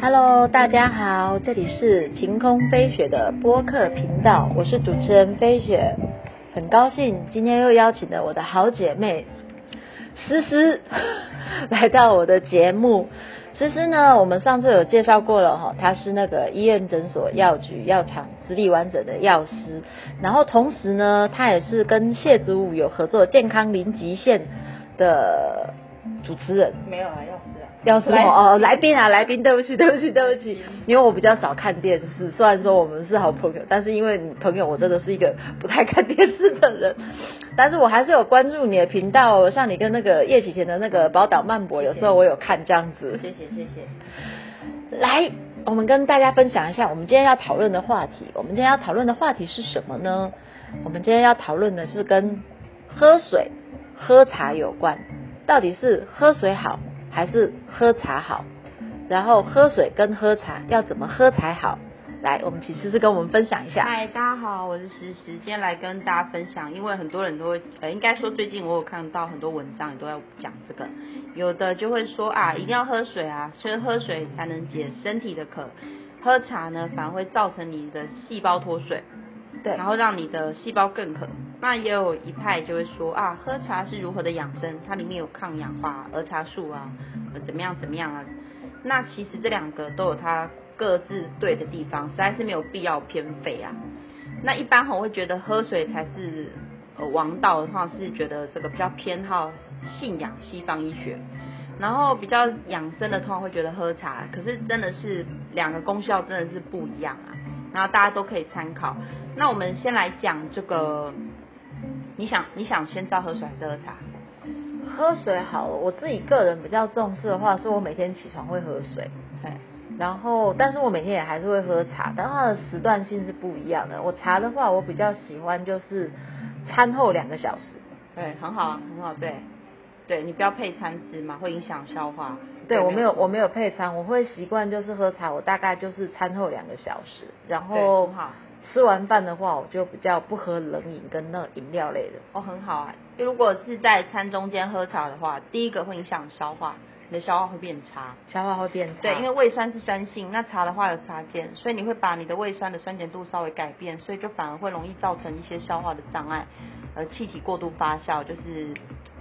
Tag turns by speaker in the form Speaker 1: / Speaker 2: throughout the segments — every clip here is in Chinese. Speaker 1: Hello，大家好，这里是晴空飞雪的播客频道，我是主持人飞雪，很高兴今天又邀请了我的好姐妹思思 来到我的节目。思思呢，我们上次有介绍过了哈，她是那个医院诊所药局药厂资历完整的药师，然后同时呢，她也是跟谢祖武有合作健康零极限的主持人。
Speaker 2: 没有啊，药师啊，
Speaker 1: 要是
Speaker 2: 来
Speaker 1: 哦，来宾啊，来宾，对不起，对不起，对不起，因为我比较少看电视，虽然说我们是好朋友，但是因为你朋友，我真的是一个不太看电视的人，但是我还是有关注你的频道哦，像你跟那个叶启田的那个宝岛漫博，有时候我有看这样子。
Speaker 2: 谢谢谢谢。
Speaker 1: 来，我们跟大家分享一下我们今天要讨论的话题。我们今天要讨论的话题是什么呢？我们今天要讨论的是跟喝水、喝茶有关，到底是喝水好还是喝茶好？然后喝水跟喝茶要怎么喝才好？来，我们请思思跟我们分享一下。
Speaker 2: 嗨，大家好，我是石石，今天来跟大家分享，因为很多人都会，呃，应该说最近我有看到很多文章也都在讲这个，有的就会说啊，一定要喝水啊，所以喝水才能解身体的渴，喝茶呢反而会造成你的细胞脱水，
Speaker 1: 对
Speaker 2: 然后让你的细胞更渴。那也有一派就会说啊，喝茶是如何的养生，它里面有抗氧化、儿茶素啊，呃怎么样怎么样啊。那其实这两个都有它各自对的地方，实在是没有必要偏废啊。那一般我会觉得喝水才是呃王道的话，是觉得这个比较偏好信仰西方医学，然后比较养生的通常会觉得喝茶，可是真的是两个功效真的是不一样啊。然后大家都可以参考。那我们先来讲这个，你想你想先知道喝水还是喝茶？
Speaker 1: 喝水好，我自己个人比较重视的话，是我每天起床会喝水。
Speaker 2: 哎，
Speaker 1: 然后，但是我每天也还是会喝茶，但它的时段性是不一样的。我茶的话，我比较喜欢就是餐后两个小时，
Speaker 2: 对，很好啊，很好，对，对你不要配餐吃嘛，会影响消化。
Speaker 1: 对我没有我没有配餐，我会习惯就是喝茶，我大概就是餐后两个小时，然
Speaker 2: 对
Speaker 1: 后
Speaker 2: 很好
Speaker 1: 吃完饭的话，我就比较不喝冷饮跟那饮料类的。
Speaker 2: 哦，很好啊。如果是在餐中间喝茶的话，第一个会影响消化，你的消化会变差。
Speaker 1: 消化会变差，
Speaker 2: 对，因为胃酸是酸性，那茶的话有茶碱，所以你会把你的胃酸的酸碱度稍微改变，所以就反而会容易造成一些消化的障碍，呃，气体过度发酵，就是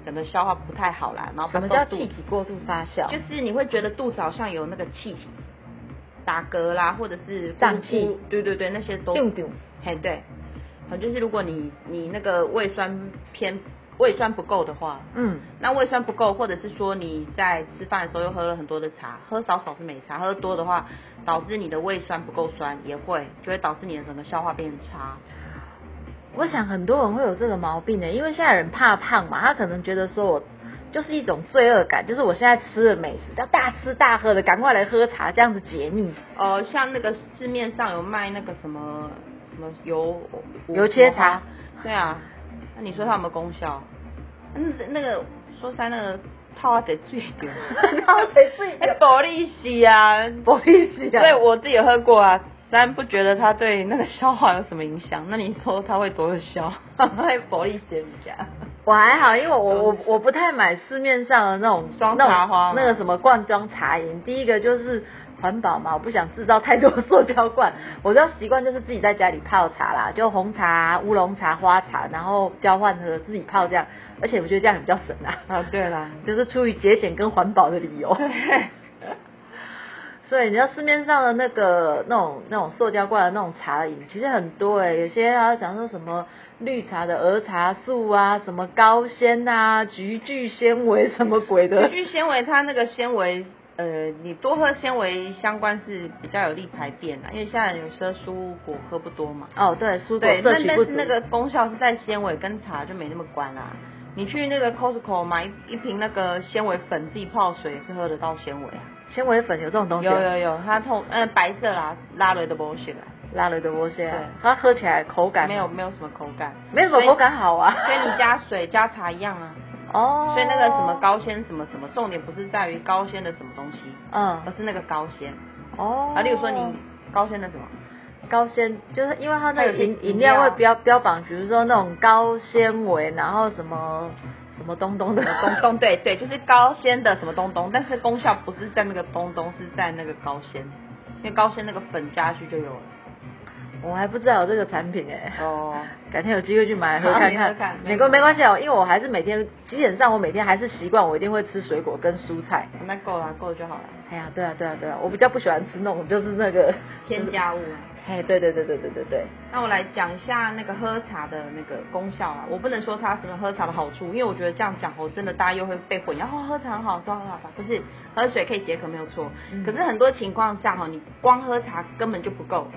Speaker 2: 整个消化不太好啦。然后
Speaker 1: 什么
Speaker 2: 包括
Speaker 1: 叫
Speaker 2: 肚
Speaker 1: 气
Speaker 2: 子
Speaker 1: 体啊过度发酵？
Speaker 2: 就是你会觉得肚子好像有那个气体，打嗝啦，或者是
Speaker 1: 胀气，
Speaker 2: 对对对，那些都，
Speaker 1: 定定
Speaker 2: 嘿对，好就是如果你你那个胃酸偏胃酸不够的话，
Speaker 1: 嗯，
Speaker 2: 那胃酸不够，或者是说你在吃饭的时候又喝了很多的茶，喝少少是没差，喝多的话导致你的胃酸不够酸，也会就会导致你的整个消化变差。
Speaker 1: 我想很多人会有这个毛病的，因为现在人怕胖嘛，他可能觉得说我就是一种罪恶感，就是我现在吃了美食，要大吃大喝的，赶快来喝茶，这样子解腻。
Speaker 2: 哦、像那个市面上有卖那个什么什么油
Speaker 1: 油切茶，，
Speaker 2: 对啊，那你说它有没有功效？嗯，那个说三那个套啊得醉点 哎
Speaker 1: 套啊得水 中
Speaker 2: 保利喜啊，
Speaker 1: 不好意思啊，
Speaker 2: 对我自己有喝过啊，但不觉得它对那个消化有什么影响。那你说它会多有效？会保利协一下。
Speaker 1: 我还好，因为我我我
Speaker 2: 都哦是
Speaker 1: 我不太买市面上的那种
Speaker 2: 双
Speaker 1: 那种
Speaker 2: 茶花嘛
Speaker 1: 那个什么罐装茶饮。第一个就是环保嘛，我不想制造太多塑胶罐，我都习惯就是自己在家里泡茶啦，就红茶、乌龙茶、花茶，然后交换喝自己泡这样，而且我觉得这样也比较省啊。
Speaker 2: 啊，对啦，
Speaker 1: 就是出于节俭跟环保的理由。
Speaker 2: 对，
Speaker 1: 所以你知道市面上的那个那种那种塑胶罐的那种茶饮，其实很多哎、有些还要讲说什么绿茶的儿茶素啊，什么高纤啊、菊苣纤维什么鬼 的
Speaker 2: 根，据纤维，它那个纤维，呃，你多喝纤维相关是比较有利排便的，啊因为现在有时候蔬果喝不多嘛。
Speaker 1: 哦对，蔬果
Speaker 2: 对，
Speaker 1: 摄
Speaker 2: 那
Speaker 1: 取
Speaker 2: 但
Speaker 1: 不
Speaker 2: 是
Speaker 1: 足。
Speaker 2: 那个功效是在纤维跟茶就没那么关啦、你去那个 Costco 买一一瓶那个纤维粉，自己泡水也是喝得到纤维啊。
Speaker 1: 纤维粉有这种东西啊，
Speaker 2: 有有有，它通呃白色啦，拉了的不血啊。
Speaker 1: 拉了的窝些啊
Speaker 2: 对，
Speaker 1: 它喝起来口感
Speaker 2: 没有没有什么口感，
Speaker 1: 没什么口感好啊。
Speaker 2: 所以你加水加茶一样啊。
Speaker 1: 哦，
Speaker 2: 所以那个什么高纤什么什么，重点不是在于高纤的什么东西，而
Speaker 1: 嗯
Speaker 2: 是那个高纤
Speaker 1: 哦
Speaker 2: 啊。例如说你高纤的什么，
Speaker 1: 高纤，就是因为它那个
Speaker 2: 还有一些
Speaker 1: 饮饮
Speaker 2: 饮
Speaker 1: 料
Speaker 2: 料
Speaker 1: 会标标榜，比如说那种高纤维，然后什么什么东东的，
Speaker 2: 东东，对对，就是高纤的什么东东，但是功效不是在那个东东，是在那个高纤，因为高纤那个粉加下去就有了。
Speaker 1: 我还不知道有这个产品哎、
Speaker 2: 哦，
Speaker 1: 改天有机会去买来喝
Speaker 2: 好
Speaker 1: 看
Speaker 2: 你
Speaker 1: 看
Speaker 2: 喝看，
Speaker 1: 没关没关系哦，因为我还是每天基本上我每天还是习惯，我一定会吃水果跟蔬菜。
Speaker 2: 那够了，够了就好了。
Speaker 1: 哎呀，对啊对啊对啊，我比较不喜欢吃那种就是那 个
Speaker 2: 添，加物啊。
Speaker 1: 哎，对对对对对对对，
Speaker 2: 那我来讲一下那个喝茶的那个功效啊，我不能说它什么喝茶的好处，因为我觉得这样讲哦，真的大家又会被混淆，然、后喝茶很好，说很好茶不是，喝水可以解渴没有错，
Speaker 1: 嗯
Speaker 2: 可是很多情况下哈，你光喝茶根本就不够。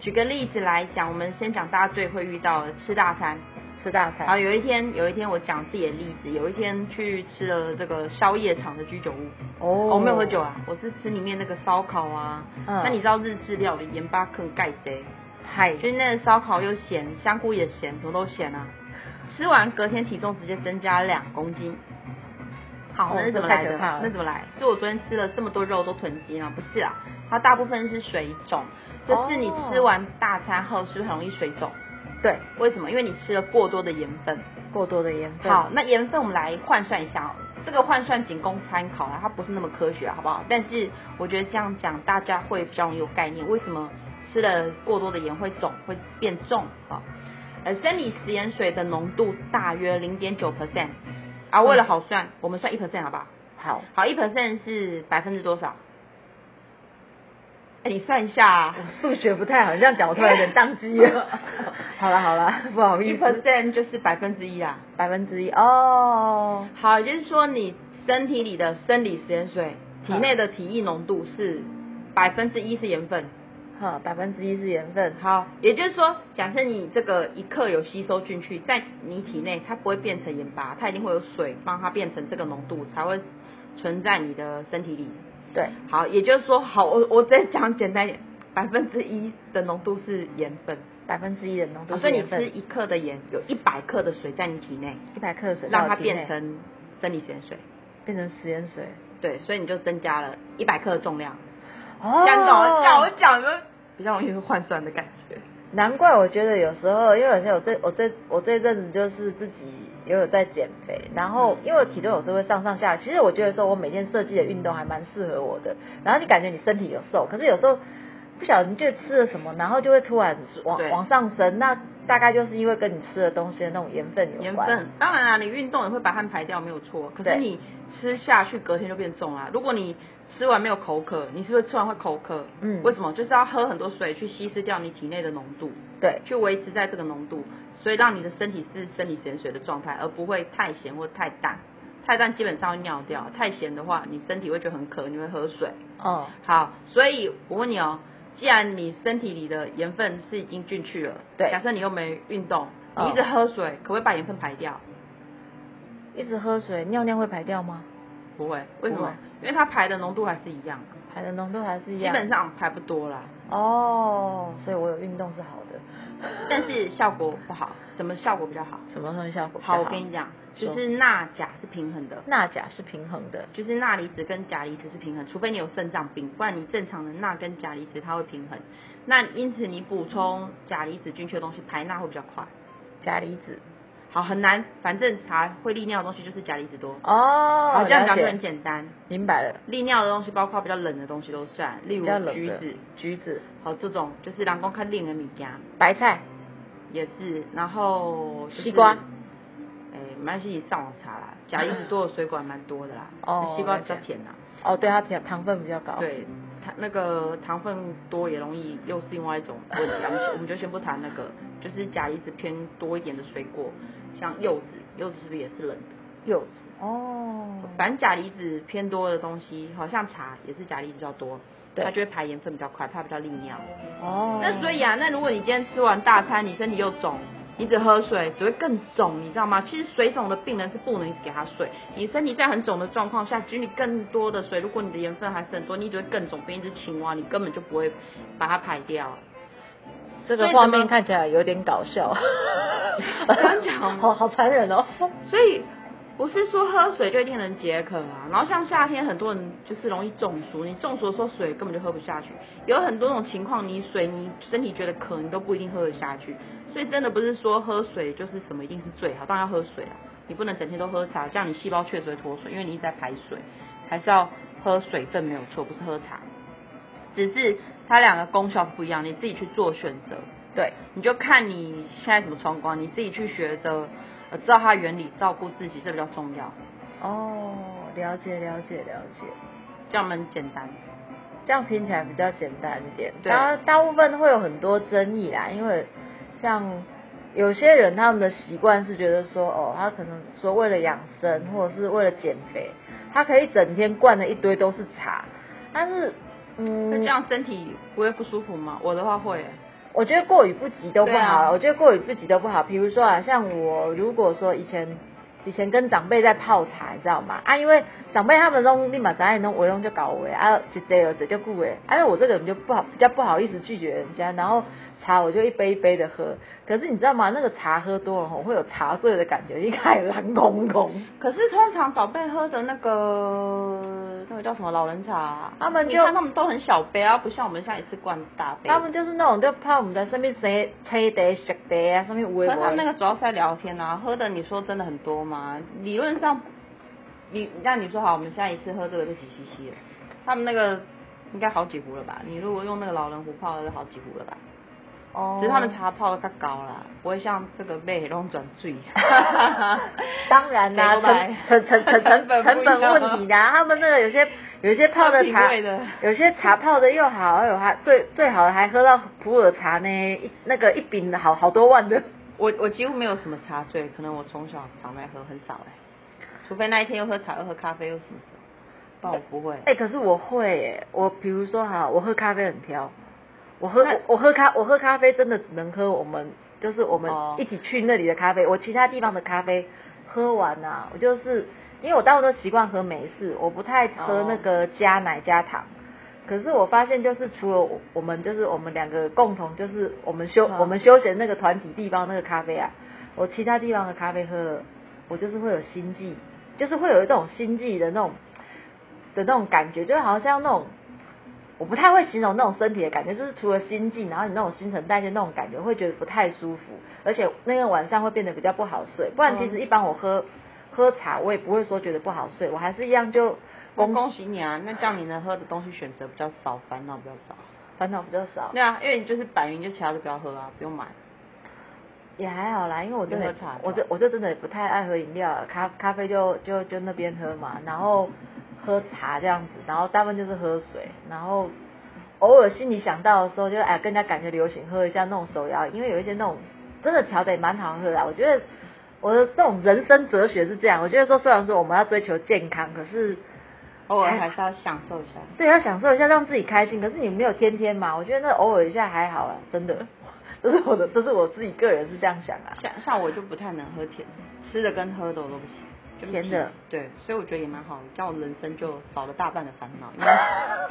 Speaker 2: 举个例子来讲，我们先讲大家最会遇到的吃大餐，
Speaker 1: 吃大
Speaker 2: 然后
Speaker 1: 餐，
Speaker 2: 有一天有一天我讲自己的例子，有一天去吃了这个宵夜场的居酒屋，
Speaker 1: 哦
Speaker 2: 我没有喝酒啊，我是吃里面那个烧烤啊，
Speaker 1: 嗯
Speaker 2: 那你知道日式料理盐巴坑盖贼。
Speaker 1: 嗨，
Speaker 2: 就是那个烧烤又咸，香菇也咸，什么都咸啊。吃完隔天体重直接增加两公斤。好，
Speaker 1: 哦
Speaker 2: 那是怎么
Speaker 1: 这
Speaker 2: 来
Speaker 1: 太
Speaker 2: 的
Speaker 1: 可怕了？
Speaker 2: 那怎么来？是我昨天吃了这么多肉都囤积吗？不是啊，它大部分是水肿，就是你吃完大餐后是不是很容易水肿？
Speaker 1: 对，
Speaker 2: 为什么？因为你吃了过多的盐分。
Speaker 1: 过多的盐分，
Speaker 2: 好，，那盐分我们来换算一下哦，这个换算仅供参考啦，它不是那么科学，啊好不好？但是我觉得这样讲大家会比较有概念，为什么吃了过多的盐会肿，会变重啊？呃，生理食盐水的浓度大约零点九 percent 啊，为了好算，我们算一 percent 好不好？
Speaker 1: 好，
Speaker 2: 好，一 percent 是百分之多少？哎，你算一下、啊。
Speaker 1: 数学不太好，你这样讲我突然有点宕 机了。 好了好了，不好
Speaker 2: 一
Speaker 1: 意思，
Speaker 2: percent 就是百分之一啊，
Speaker 1: 百分之一哦，
Speaker 2: 好，也就是说你身体里的生理食盐水，体内的体液浓度是百分之一是盐分。
Speaker 1: 哈，百分之一是盐分，
Speaker 2: 好，也就是说，假设你这个一克有吸收进去，在你体内它不会变成盐巴，它一定会有水帮它变成这个浓度，才会存在你的身体里。
Speaker 1: 对，
Speaker 2: 好，也就是说，好，我我再讲简单一点，百分之一的浓度是盐分，
Speaker 1: 百分之一的浓度哦是
Speaker 2: 好哦所以
Speaker 1: 盐
Speaker 2: 你吃
Speaker 1: 分，
Speaker 2: 一克的盐，有一百克的水在你体内，
Speaker 1: 一百克的水到
Speaker 2: 让它
Speaker 1: 我体内
Speaker 2: 变成生理盐水。
Speaker 1: 变成食盐水，
Speaker 2: 对，所以你就增加了一百克的重量。
Speaker 1: 哦
Speaker 2: 这样懂吗？这样我讲就 比较容易换算的感觉。
Speaker 1: 难怪我觉得有时候，因为有些我这我这我这阵子就是自己也有在减肥，然
Speaker 2: 嗯
Speaker 1: 后因为我体重有时候会上上下，其实我觉得说我每天设计的运动还蛮适合我的，然后你感觉你身体有瘦，可是有时候不小心就吃了什么，然后就会突然往
Speaker 2: 对
Speaker 1: 往上升，那大概就是因为跟你吃的东西的那种盐分有关。
Speaker 2: 盐分，当然啊啦，你运动也会把汗排掉，没有错。可
Speaker 1: 对
Speaker 2: 是你吃下去，隔天就变重啦。啊如果你吃完没有口渴，你是不是吃完会口渴？
Speaker 1: 嗯
Speaker 2: 为什么？就是要喝很多水去稀释掉你体内的浓度，
Speaker 1: 对，
Speaker 2: 去维持在这个浓度，所以让你的身体是生理咸水的状态，而不会太咸或太淡。太淡基本上会尿掉，太咸的话，你身体会觉得很渴，你会喝水。
Speaker 1: 哦，
Speaker 2: 好，所以我问你哦，既然你身体里的盐分是已经进去了，
Speaker 1: 对
Speaker 2: 假设你又没运动，
Speaker 1: 哦
Speaker 2: 你一直喝水，可不可以把盐分排掉？
Speaker 1: 一直喝水，尿尿会排掉吗？
Speaker 2: 不会，为什
Speaker 1: 不会
Speaker 2: 么？因为它排的浓度还是一样，啊
Speaker 1: 排的浓度还是一
Speaker 2: 基
Speaker 1: 样。
Speaker 2: 本上排不多啦，
Speaker 1: 哦，所以我有运动是好的。
Speaker 2: 但是效果不好。什么效果比较好？
Speaker 1: 什么东西效果比较
Speaker 2: 好，我跟你讲，
Speaker 1: 说
Speaker 2: 就是钠钾是平衡的。
Speaker 1: 钠钾是平衡的。
Speaker 2: 就是钠离子跟钾离子是平衡，除非你有肾脏病，不然你正常的钠跟钾离子它会平衡。那因此你补充钾离子进去的东西，排钠会比较快。
Speaker 1: 钾离子。
Speaker 2: 好，很难，反正查会利尿的东西就是钾离子多。
Speaker 1: 哦，
Speaker 2: 好，这样讲就
Speaker 1: 了
Speaker 2: 很
Speaker 1: 解，
Speaker 2: 简单。
Speaker 1: 明白了。
Speaker 2: 利尿的东西包括比较冷的东西都算，例如
Speaker 1: 比较冷
Speaker 2: 橘
Speaker 1: 的
Speaker 2: 子，
Speaker 1: 橘子、
Speaker 2: 好这种就是人工看冷的物件
Speaker 1: 白菜、
Speaker 2: 也是，然后、就是、
Speaker 1: 西瓜，
Speaker 2: 哎，没关系，你上网查啦，钾离子多的水果还蛮多的啦，
Speaker 1: 哦
Speaker 2: 西瓜比较
Speaker 1: 了解
Speaker 2: 甜啦，
Speaker 1: 哦，对，它甜糖分比较高。，
Speaker 2: 对。它那个糖分多也容易，又是另外一种问题啊。我们就我们就先不谈那个，就是钾离子偏多一点的水果，像柚子，柚子是不是也是冷的？
Speaker 1: 柚子。哦，
Speaker 2: 反正钾离子偏多的东西，好像茶也是钾离子比较多，
Speaker 1: 对
Speaker 2: 它就会排盐分比较快，它比较利尿。
Speaker 1: 哦，
Speaker 2: 那所以啊，那如果你今天吃完大餐，你身体又肿，你只喝水只会更肿，你知道吗？其实水肿的病人是不能一直给他水，你身体在很肿的状况下，给予你更多的水，如果你的盐分还是很多，你只会更肿，变一只青蛙，你根本就不会把它排掉。
Speaker 1: 这个
Speaker 2: 所以
Speaker 1: 画
Speaker 2: 怎么
Speaker 1: 面看起来有点搞 笑。
Speaker 2: 这样 讲
Speaker 1: 好好残忍哦。
Speaker 2: 所以不是说喝水就一定能解渴啊。然后像夏天，很多人就是容易中暑，你中暑的时候水根本就喝不下去。有很多种情况，你水你身体觉得渴，你都不一定喝得下去。所以真的不是说喝水就是什么一定是最好，当然要喝水啊。你不能整天都喝茶，这样你细胞确实会脱水，因为你一直在排水，还是要喝水分没有错，不是喝茶，只是它两个功效是不一样，你自己去做选择。
Speaker 1: 对，
Speaker 2: 你就看你现在怎么冲光，你自己去学着，呃，知道它的原理，照顾自己，这比较重要，
Speaker 1: 哦，了解了解了解，
Speaker 2: 这样很简单。
Speaker 1: 这样听起来比较简单一点。
Speaker 2: 对
Speaker 1: 大大部分会有很多争议啦，因为像有些人他们的习惯是觉得说，哦，他可能说为了养生或者是为了减肥，他可以整天灌了一堆都是茶，但是嗯，
Speaker 2: 那这样身体不会不舒服吗？我的话会，
Speaker 1: 我觉得过于不及都不好啦、
Speaker 2: 对啊
Speaker 1: 我觉得过于不及都不好。比如说啊，像我如果说以前以前跟长辈在泡茶，你知道吗？啊，因为长辈他们弄立马在弄，我弄就搞我啊，就这样子就顾哎，啊，那我这个人就不好，比较不好意思拒绝人家，然后茶我就一杯一杯的喝。可是你知道吗？那个茶喝多了吼，会有茶醉的感觉，一开始狼拱拱。
Speaker 2: 可是通常长辈喝的那个那个叫什么老人茶啊，
Speaker 1: 他们
Speaker 2: 你
Speaker 1: 就
Speaker 2: 看他们都很小杯啊，不像我们现在一次灌大杯。
Speaker 1: 他们就是那种就泡我们在上面谁吹得食得啊，上面
Speaker 2: 可
Speaker 1: 微
Speaker 2: 是他们那个主要是在聊天啊，喝的你说真的很多吗？理论上，你那你说好，我们下一次喝这个就几 CC 了，他们那个应该好几壶了吧？你如果用那个老人壶泡的，就好几壶了吧？
Speaker 1: 哦，。
Speaker 2: 只是他们茶泡的较高啦，不会像这个被弄转醉
Speaker 1: 当然啦、成成成成成 本成本问题
Speaker 2: 的。
Speaker 1: 啦、他们那个有些有些泡的
Speaker 2: 要品
Speaker 1: 茶
Speaker 2: 味的，
Speaker 1: 有些茶泡的又好，还有还最最好的还喝到普洱茶呢，一那个一饼的好好多万的。
Speaker 2: 我我几乎没有什么茶醉，可能我从小长大喝很少哎、除非那一天又喝茶又喝咖啡又什么什么，不然我不会。
Speaker 1: 哎、可是我会、欸，我比如说哈，我喝咖啡很挑，我喝
Speaker 2: 那
Speaker 1: 我喝咖我喝咖啡真的只能喝我们就是我们
Speaker 2: 哦
Speaker 1: 一起去那里的咖啡，我其他地方的咖啡喝完啊，我就是因为我大部分都习惯喝美式，我不太喝
Speaker 2: 哦
Speaker 1: 那个加奶加糖。可是我发现，就是除了我我们，就是我们两个共同，就是我们休、
Speaker 2: 嗯
Speaker 1: 我们休闲那个团体地方那个咖啡啊，我其他地方的咖啡喝了，我就是会有心悸，就是会有一种心悸的那种的那种感觉，就好像那种我不太会形容那种身体的感觉，就是除了心悸，然后你那种新陈代谢那种感觉，会觉得不太舒服，而且那个晚上会变得比较不好睡。不然其实
Speaker 2: 嗯
Speaker 1: 一般我喝、喝茶，我也不会说觉得不好睡，我还是一样就
Speaker 2: 恭恭喜你啊！那这样你能喝的东西选择比较少，烦恼比较少。
Speaker 1: 烦恼比较少。
Speaker 2: 对啊，因为你就是白云，就其他都不要喝啊，不用买。
Speaker 1: 也还好啦，因为我真的
Speaker 2: 就喝茶就好
Speaker 1: 我这我就真的也不太爱喝饮料了，咖咖啡就就就那边喝嘛，然后喝茶这样子，然后大部分就是喝水，然后偶尔心里想到的时候就，哎跟人家感觉流行喝一下那种手摇饮，因为有一些那种真的调的也蛮好喝的啊，我觉得我的这种人生哲学是这样，我觉得说虽然说我们要追求健康，可是
Speaker 2: 偶尔还是要享受一下。
Speaker 1: 对要享受一下让自己开心，可是你没有天天嘛，我觉得那偶尔一下还好啦，真的， 这是我的这是我自己个人是这样想啊。
Speaker 2: 像像我就不太能喝甜，吃的跟喝的我都不行。就
Speaker 1: 甜的
Speaker 2: 对，所以我觉得也蛮好，这样我人生就少了大半的烦恼，因为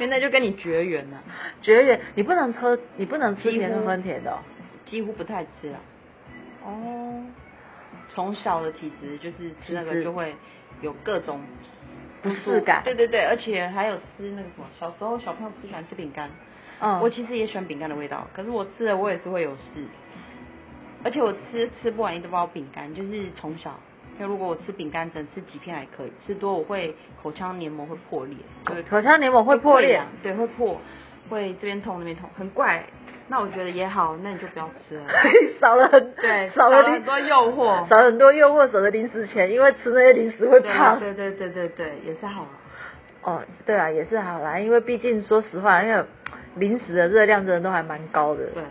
Speaker 2: 因为那就跟你绝缘了、
Speaker 1: 绝缘，你不能喝，你不能吃甜的喝甜的哦。
Speaker 2: 几乎不太吃啊。
Speaker 1: 哦
Speaker 2: 从小的体质就是吃那
Speaker 1: 体质
Speaker 2: 个就会有各种
Speaker 1: 不适感
Speaker 2: 对对对，而且还有吃那个什么，小时候小朋友不是喜欢吃饼干，
Speaker 1: 嗯
Speaker 2: 我其实也喜欢饼干的味道，可是我吃了我也是会有事，而且我吃吃不完一包饼干，就是从小。就如果我吃饼干，只能吃几片还可以，吃多我会口腔黏膜会破裂，就会
Speaker 1: 口腔黏膜会破裂
Speaker 2: 痒对，会破，会这边痛那边痛，很怪。那我觉得也好，那你就不要吃 了。
Speaker 1: 少了很
Speaker 2: 对
Speaker 1: 少了
Speaker 2: 少了
Speaker 1: 零
Speaker 2: 很多诱惑
Speaker 1: 少了很多诱惑，少了零食钱，因为吃那些零食会胖。
Speaker 2: 对对对对对，也是好啊。
Speaker 1: 哦，对啊，也是好啦，因为毕竟说实话，因为零食的热量真的都还蛮高的。
Speaker 2: 对，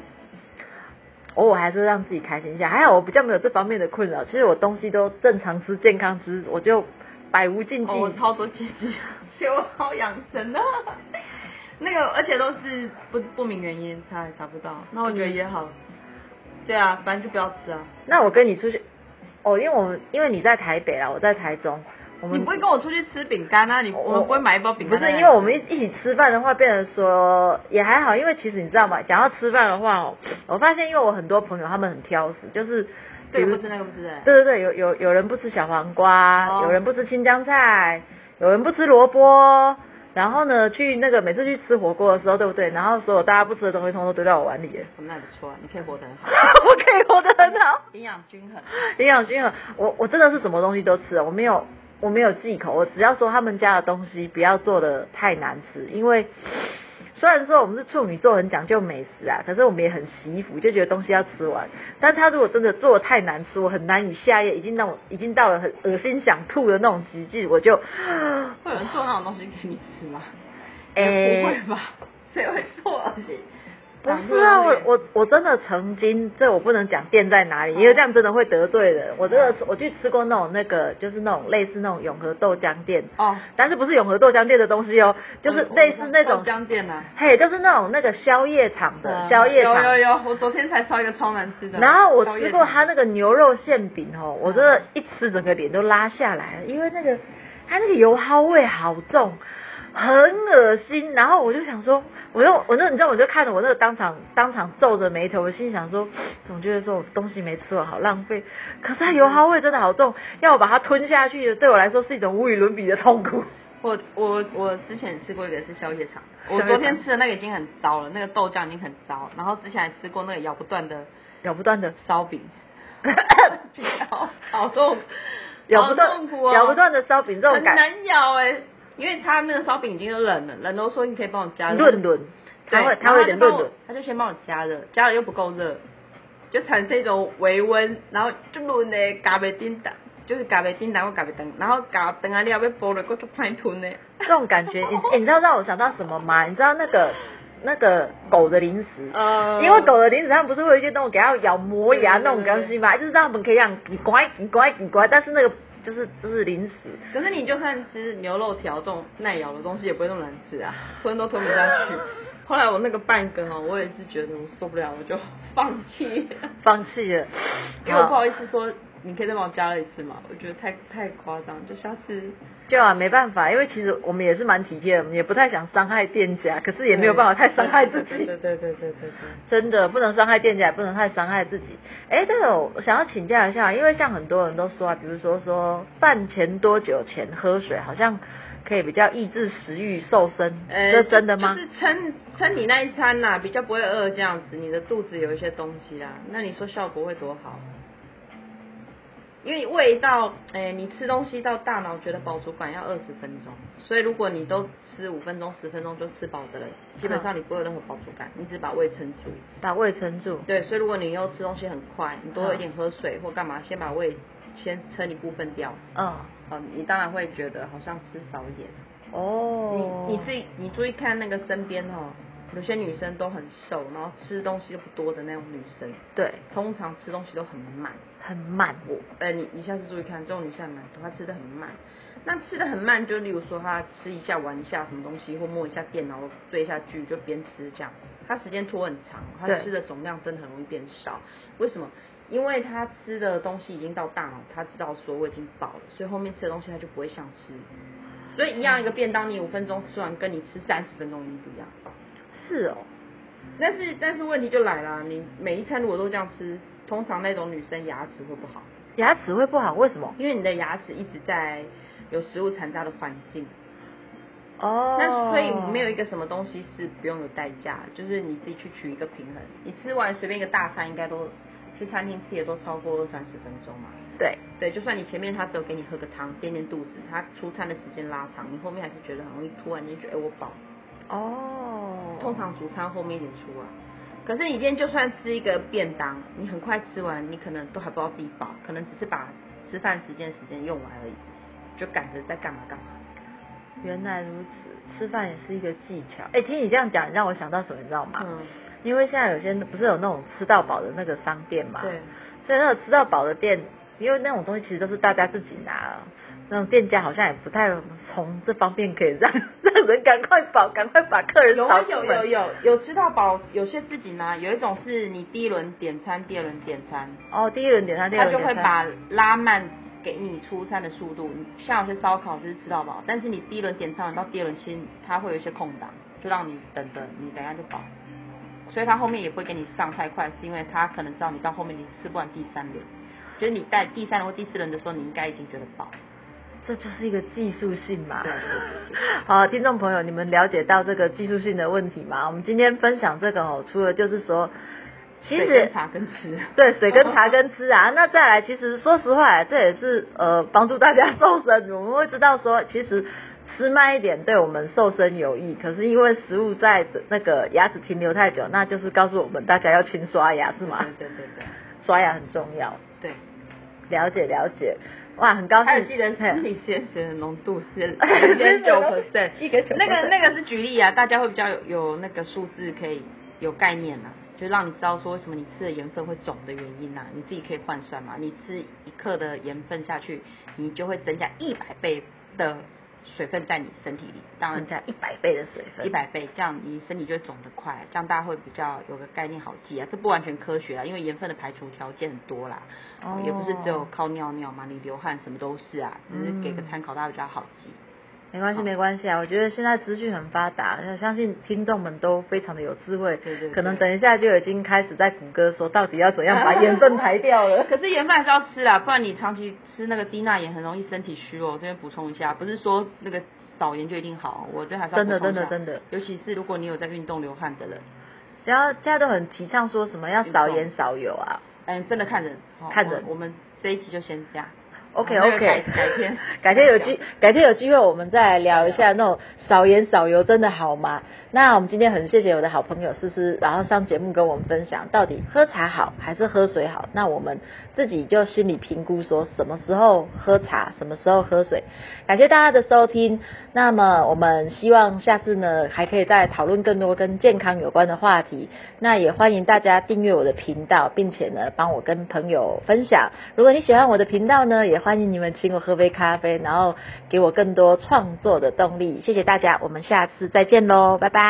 Speaker 1: 偶尔还是会让自己开心一下。还好我比较没有这方面的困扰，其实我东西都正常吃、健康吃，我就百无禁忌。
Speaker 2: 哦，我超多姐姐，所以 我超养生的。那个，而且都是不不明原因，查也查不到。那我觉得也好。
Speaker 1: 嗯
Speaker 2: 对啊，反正就不要吃啊。
Speaker 1: 那我跟你出去，哦，因为我们因为你在台北啦，我在台中，我们
Speaker 2: 你不会跟我出去吃饼干啊？你我们不会买一包饼干
Speaker 1: 不
Speaker 2: 来
Speaker 1: 是
Speaker 2: 吃。
Speaker 1: 因为我们一一起吃饭的话，变成说也还好，因为其实你知道吗？讲到吃饭的话哦，我发现因为我很多朋友他们很挑食，就是比
Speaker 2: 这个
Speaker 1: 如
Speaker 2: 不吃那个不吃、欸。
Speaker 1: 对对对，有有有人不吃小黄瓜，
Speaker 2: 哦
Speaker 1: 有人不吃青江菜，有人不吃萝卜，然后呢，去那个每次去吃火锅的时候，对不对？然后所有大家不吃的东西，通通都丢到我碗里耶。
Speaker 2: 那不错啊，你可以活得很好，
Speaker 1: 我可以活得很好，
Speaker 2: 营养均衡。
Speaker 1: 营养均衡。我我真的是什么东西都吃，啊我没有我没有忌口，我只要说他们家的东西不要做的太难吃，因为虽然说我们是处女座，很讲究美食啊，可是我们也很洗衣服，就觉得东西要吃完。但他如果真的做的太难吃，我很难以下咽，已经那种已经到了很恶心想吐的那种极致，我就。
Speaker 2: 会有人做那种东西给你吃吗？
Speaker 1: 诶
Speaker 2: 也不会吧？谁会做啊而且
Speaker 1: 不是啊，我我我真的曾经，这我不能讲店在哪里，因为这样真的会得罪人。我真
Speaker 2: 嗯
Speaker 1: 的我去吃过那种那个，就是那种类似那种永和豆浆店，
Speaker 2: 哦，嗯
Speaker 1: 但是不是永和豆浆店的东西哦，就是类似那种
Speaker 2: 豆，浆店啊，
Speaker 1: 嘿，就是那种那个宵夜场的
Speaker 2: 嗯
Speaker 1: 宵夜
Speaker 2: 有有
Speaker 1: 场。
Speaker 2: 有，我昨天才烧一个超难吃的。
Speaker 1: 然后我
Speaker 2: 宵
Speaker 1: 吃
Speaker 2: 夜啊
Speaker 1: 过
Speaker 2: 场
Speaker 1: 他那个牛肉馅饼哦，我真的一吃整个脸都拉下来了，因为那个他那个油耗味好重，很恶心。然后我就想说，我就我那你知道，我就看着我那个当场当场皱着眉头，我心想说，总觉得说我东西没吃完好浪费。可是它油耗味真的好重，要我把它吞下去，对我来说是一种无与伦比的痛苦。
Speaker 2: 我我我之前吃过一个是宵夜场，
Speaker 1: 宵
Speaker 2: 我
Speaker 1: 夜场
Speaker 2: 昨天吃的那个已经很糟了，那个豆浆已经很糟，然后之前还吃过那个咬不断的
Speaker 1: 咬不断 的，
Speaker 2: 烧饼，好 好痛，
Speaker 1: 咬不
Speaker 2: 好
Speaker 1: 断
Speaker 2: 痛苦、哦，
Speaker 1: 咬不断的烧饼这种
Speaker 2: 很
Speaker 1: 感，
Speaker 2: 难咬哎、因为它那个烧饼已经都冷了，冷都说你可以帮我加热，
Speaker 1: 润润，
Speaker 2: 对，
Speaker 1: 它会
Speaker 2: 然
Speaker 1: 它
Speaker 2: 后
Speaker 1: 会有点
Speaker 2: 就帮
Speaker 1: 润
Speaker 2: 我
Speaker 1: 润。
Speaker 2: 他就先帮我加热，加了又不够热，就产生一种微温，然后就润的咖啡叮当，就是咖啡叮当或咖啡灯，然后咖啡灯啊料被剥了，过去快吞呢。
Speaker 1: 这种感 觉，你、欸、你知道让我想到什么吗？你知道那个那个狗的零食，
Speaker 2: 呃
Speaker 1: 因为狗的零食它们不是会有一些那种给它咬磨牙那种东西嘛，就是让它们可以让你乖叽乖叽乖，但是那个就是就是零食。
Speaker 2: 可是你就算吃牛肉条这种耐咬的东西，也不会那么难吃啊，吞都吞不下去。后来我那个半根哦，我也是觉得我受不了，我就放弃，
Speaker 1: 放弃了，
Speaker 2: 因为我不
Speaker 1: 好
Speaker 2: 好意思说，你可以再帮我加热一次嘛，我觉得太太夸张，就下次
Speaker 1: 就啊没办法，因为其实我们也是蛮体贴的，我们也不太想伤害店家，可是也没有办法太伤害自己。
Speaker 2: 对 对对对对对。
Speaker 1: 真的不能伤害店家，也不能太伤害自己。哎，这个我想要请教一下，因为像很多人都说啊，比如说说饭前多久前喝水，好像可以比较抑制食欲、瘦身， 这真的吗
Speaker 2: 就？是撑撑你那一餐啦、比较不会饿这样子，你的肚子有一些东西啦，那你说效果会多好？因为胃到，哎、你吃东西到大脑觉得饱足感要二十分钟，所以如果你都吃五分钟、十分钟就吃饱的了，基本上你不会有任何饱足感，你只把胃撑住。
Speaker 1: 把胃撑住，
Speaker 2: 对，所以如果你又吃东西很快，你多喝一点喝水或干嘛，先把胃先撑一部分掉，
Speaker 1: 嗯，
Speaker 2: 嗯，你当然会觉得好像吃少一点。
Speaker 1: 哦，
Speaker 2: 你你自己你注意看那个身边哦，有些女生都很瘦，然后吃东西又不多的那种女生，
Speaker 1: 对
Speaker 2: 通常吃东西都很慢。
Speaker 1: 很慢，
Speaker 2: 我呃，你你下次注意看，这种女生还蛮多，她吃的很慢。那吃的很慢，就例如说她吃一下玩一下什么东西，或摸一下电脑、追一下剧，就边吃这样。她时间拖很长，她
Speaker 1: 对
Speaker 2: 吃的总量真的很容易变少。为什么？因为她吃的东西已经到大脑，她知道说我已经饱了，所以后面吃的东西她就不会想吃。所以一样一个便当，你五分钟吃完，跟你吃三十分钟一不一样。
Speaker 1: 是哦，
Speaker 2: 但是但是问题就来啦，你每一餐如果都这样吃，通常那种女生牙齿会不好。
Speaker 1: 牙齿会不好，为什么？
Speaker 2: 因为你的牙齿一直在有食物残渣的环境，
Speaker 1: 哦，
Speaker 2: 那所以没有一个什么东西是不用有代价，就是你自己去取一个平衡。你吃完随便一个大餐，应该都去餐厅吃也都超过二三十分钟嘛。
Speaker 1: 对，
Speaker 2: 对，就算你前面他只有给你喝个汤垫垫肚子，他出餐的时间拉长，你后面还是觉得很容易突然间觉得哎、我饱，
Speaker 1: 哦，
Speaker 2: 通常主餐后面一点出啊。可是你今天就算吃一个便当，你很快吃完，你可能都还不知道自己饱，可能只是把吃饭时间的时间用完而已，就赶着在干嘛干嘛。
Speaker 1: 原来如此，吃饭也是一个技巧。哎，听你这样讲，你让我想到什么，你知道吗？
Speaker 2: 嗯，
Speaker 1: 因为现在有些不是有那种吃到饱的那个商店嘛，
Speaker 2: 对，
Speaker 1: 所以那种吃到饱的店，因为那种东西其实都是大家自己拿，那种店家好像也不太从这方面可以让让人赶快饱，赶快把客人
Speaker 2: 有啊
Speaker 1: 扫出
Speaker 2: 有有
Speaker 1: 门。
Speaker 2: 有有吃到饱，有些自己拿，有一种是你第一轮点餐，第二轮点餐，
Speaker 1: 哦，第一轮点餐， 第二
Speaker 2: 他
Speaker 1: 轮
Speaker 2: 就
Speaker 1: 点
Speaker 2: 会
Speaker 1: 餐，
Speaker 2: 把拉慢给你出餐的速度。像有些烧烤就是吃到饱，但是你第一轮点餐完到第二轮，其实它会有一些空档，就让你等着，你等一下就饱。所以他后面也不会给你上太快，是因为他可能知道你到后面你吃不完第三轮，就是你在第三轮或第四轮的时候，你应该已经觉得饱。
Speaker 1: 这就是一个技术性嘛
Speaker 2: 对对。
Speaker 1: 好，听众朋友，你们了解到这个技术性的问题吗？我们今天分享这个哦，除了就是说，其
Speaker 2: 水
Speaker 1: 实
Speaker 2: 跟茶跟 吃，
Speaker 1: 对水跟茶跟吃
Speaker 2: 哦
Speaker 1: 啊，那再来，其实说实话，这也是呃帮助大家瘦身。我们会知道说，其实吃慢一点对我们瘦身有益，可是因为食物在那个牙齿停留太久，那就是告诉我们大家要勤刷牙是吗？
Speaker 2: 对对对对
Speaker 1: 刷牙很重要，
Speaker 2: 对。
Speaker 1: 了解了解。哇，很高兴
Speaker 2: 还有记得
Speaker 1: 嘿
Speaker 2: 生理盐水的浓度是零点九 percent，
Speaker 1: 1.9%
Speaker 2: 那个那个是举例啊，大家会比较有有那个数字可以有概念啊，就让你知道说为什么你吃的盐分会肿的原因啊，你自己可以换算嘛，你吃一克的盐分下去，你就会增加一百倍的水分在你身体里，当然
Speaker 1: 增加一百倍的水分，
Speaker 2: 一百倍，这样你身体就会肿得快，这样大家会比较有个概念好记啊。这不完全科学啦，因为盐分的排除条件很多啦，
Speaker 1: 哦
Speaker 2: 也不是只有靠尿尿嘛，你流汗什么都是啊，只是给个参考，大家比较好记。
Speaker 1: 没关系，没关系啊！我觉得现在资讯很发达，我相信听众们都非常的有智慧，
Speaker 2: 对对对
Speaker 1: 可能等一下就已经开始在谷歌说到底要怎样 把盐分排掉了。
Speaker 2: 可是盐分还是要吃啊啦，不然你长期吃那个低钠盐，很容易身体虚弱。这边补充一下，不是说那个少盐就一定好，我这还是要
Speaker 1: 真的
Speaker 2: 补充一下
Speaker 1: 真的真的
Speaker 2: 尤其是如果你有在运动流汗的人，
Speaker 1: 只要现在都很提倡说什么要少盐少油啊。
Speaker 2: 嗯，真的看人，好
Speaker 1: 看人
Speaker 2: 我我们这一集就先这样。
Speaker 1: OK
Speaker 2: 好那个
Speaker 1: OK，
Speaker 2: 改改天
Speaker 1: 改天有机改天有机会我们再来聊一下那种少盐少油真的好吗？那我们今天很谢谢我的好朋友思思，然后上节目跟我们分享到底喝茶好还是喝水好。那我们自己就心里评估说什么时候喝茶，什么时候喝水。感谢大家的收听，那么我们希望下次呢还可以再讨论更多跟健康有关的话题。那也欢迎大家订阅我的频道，并且呢帮我跟朋友分享。如果你喜欢我的频道呢，也欢迎你们请我喝杯咖啡，然后给我更多创作的动力。谢谢大家，我们下次再见喽，拜拜。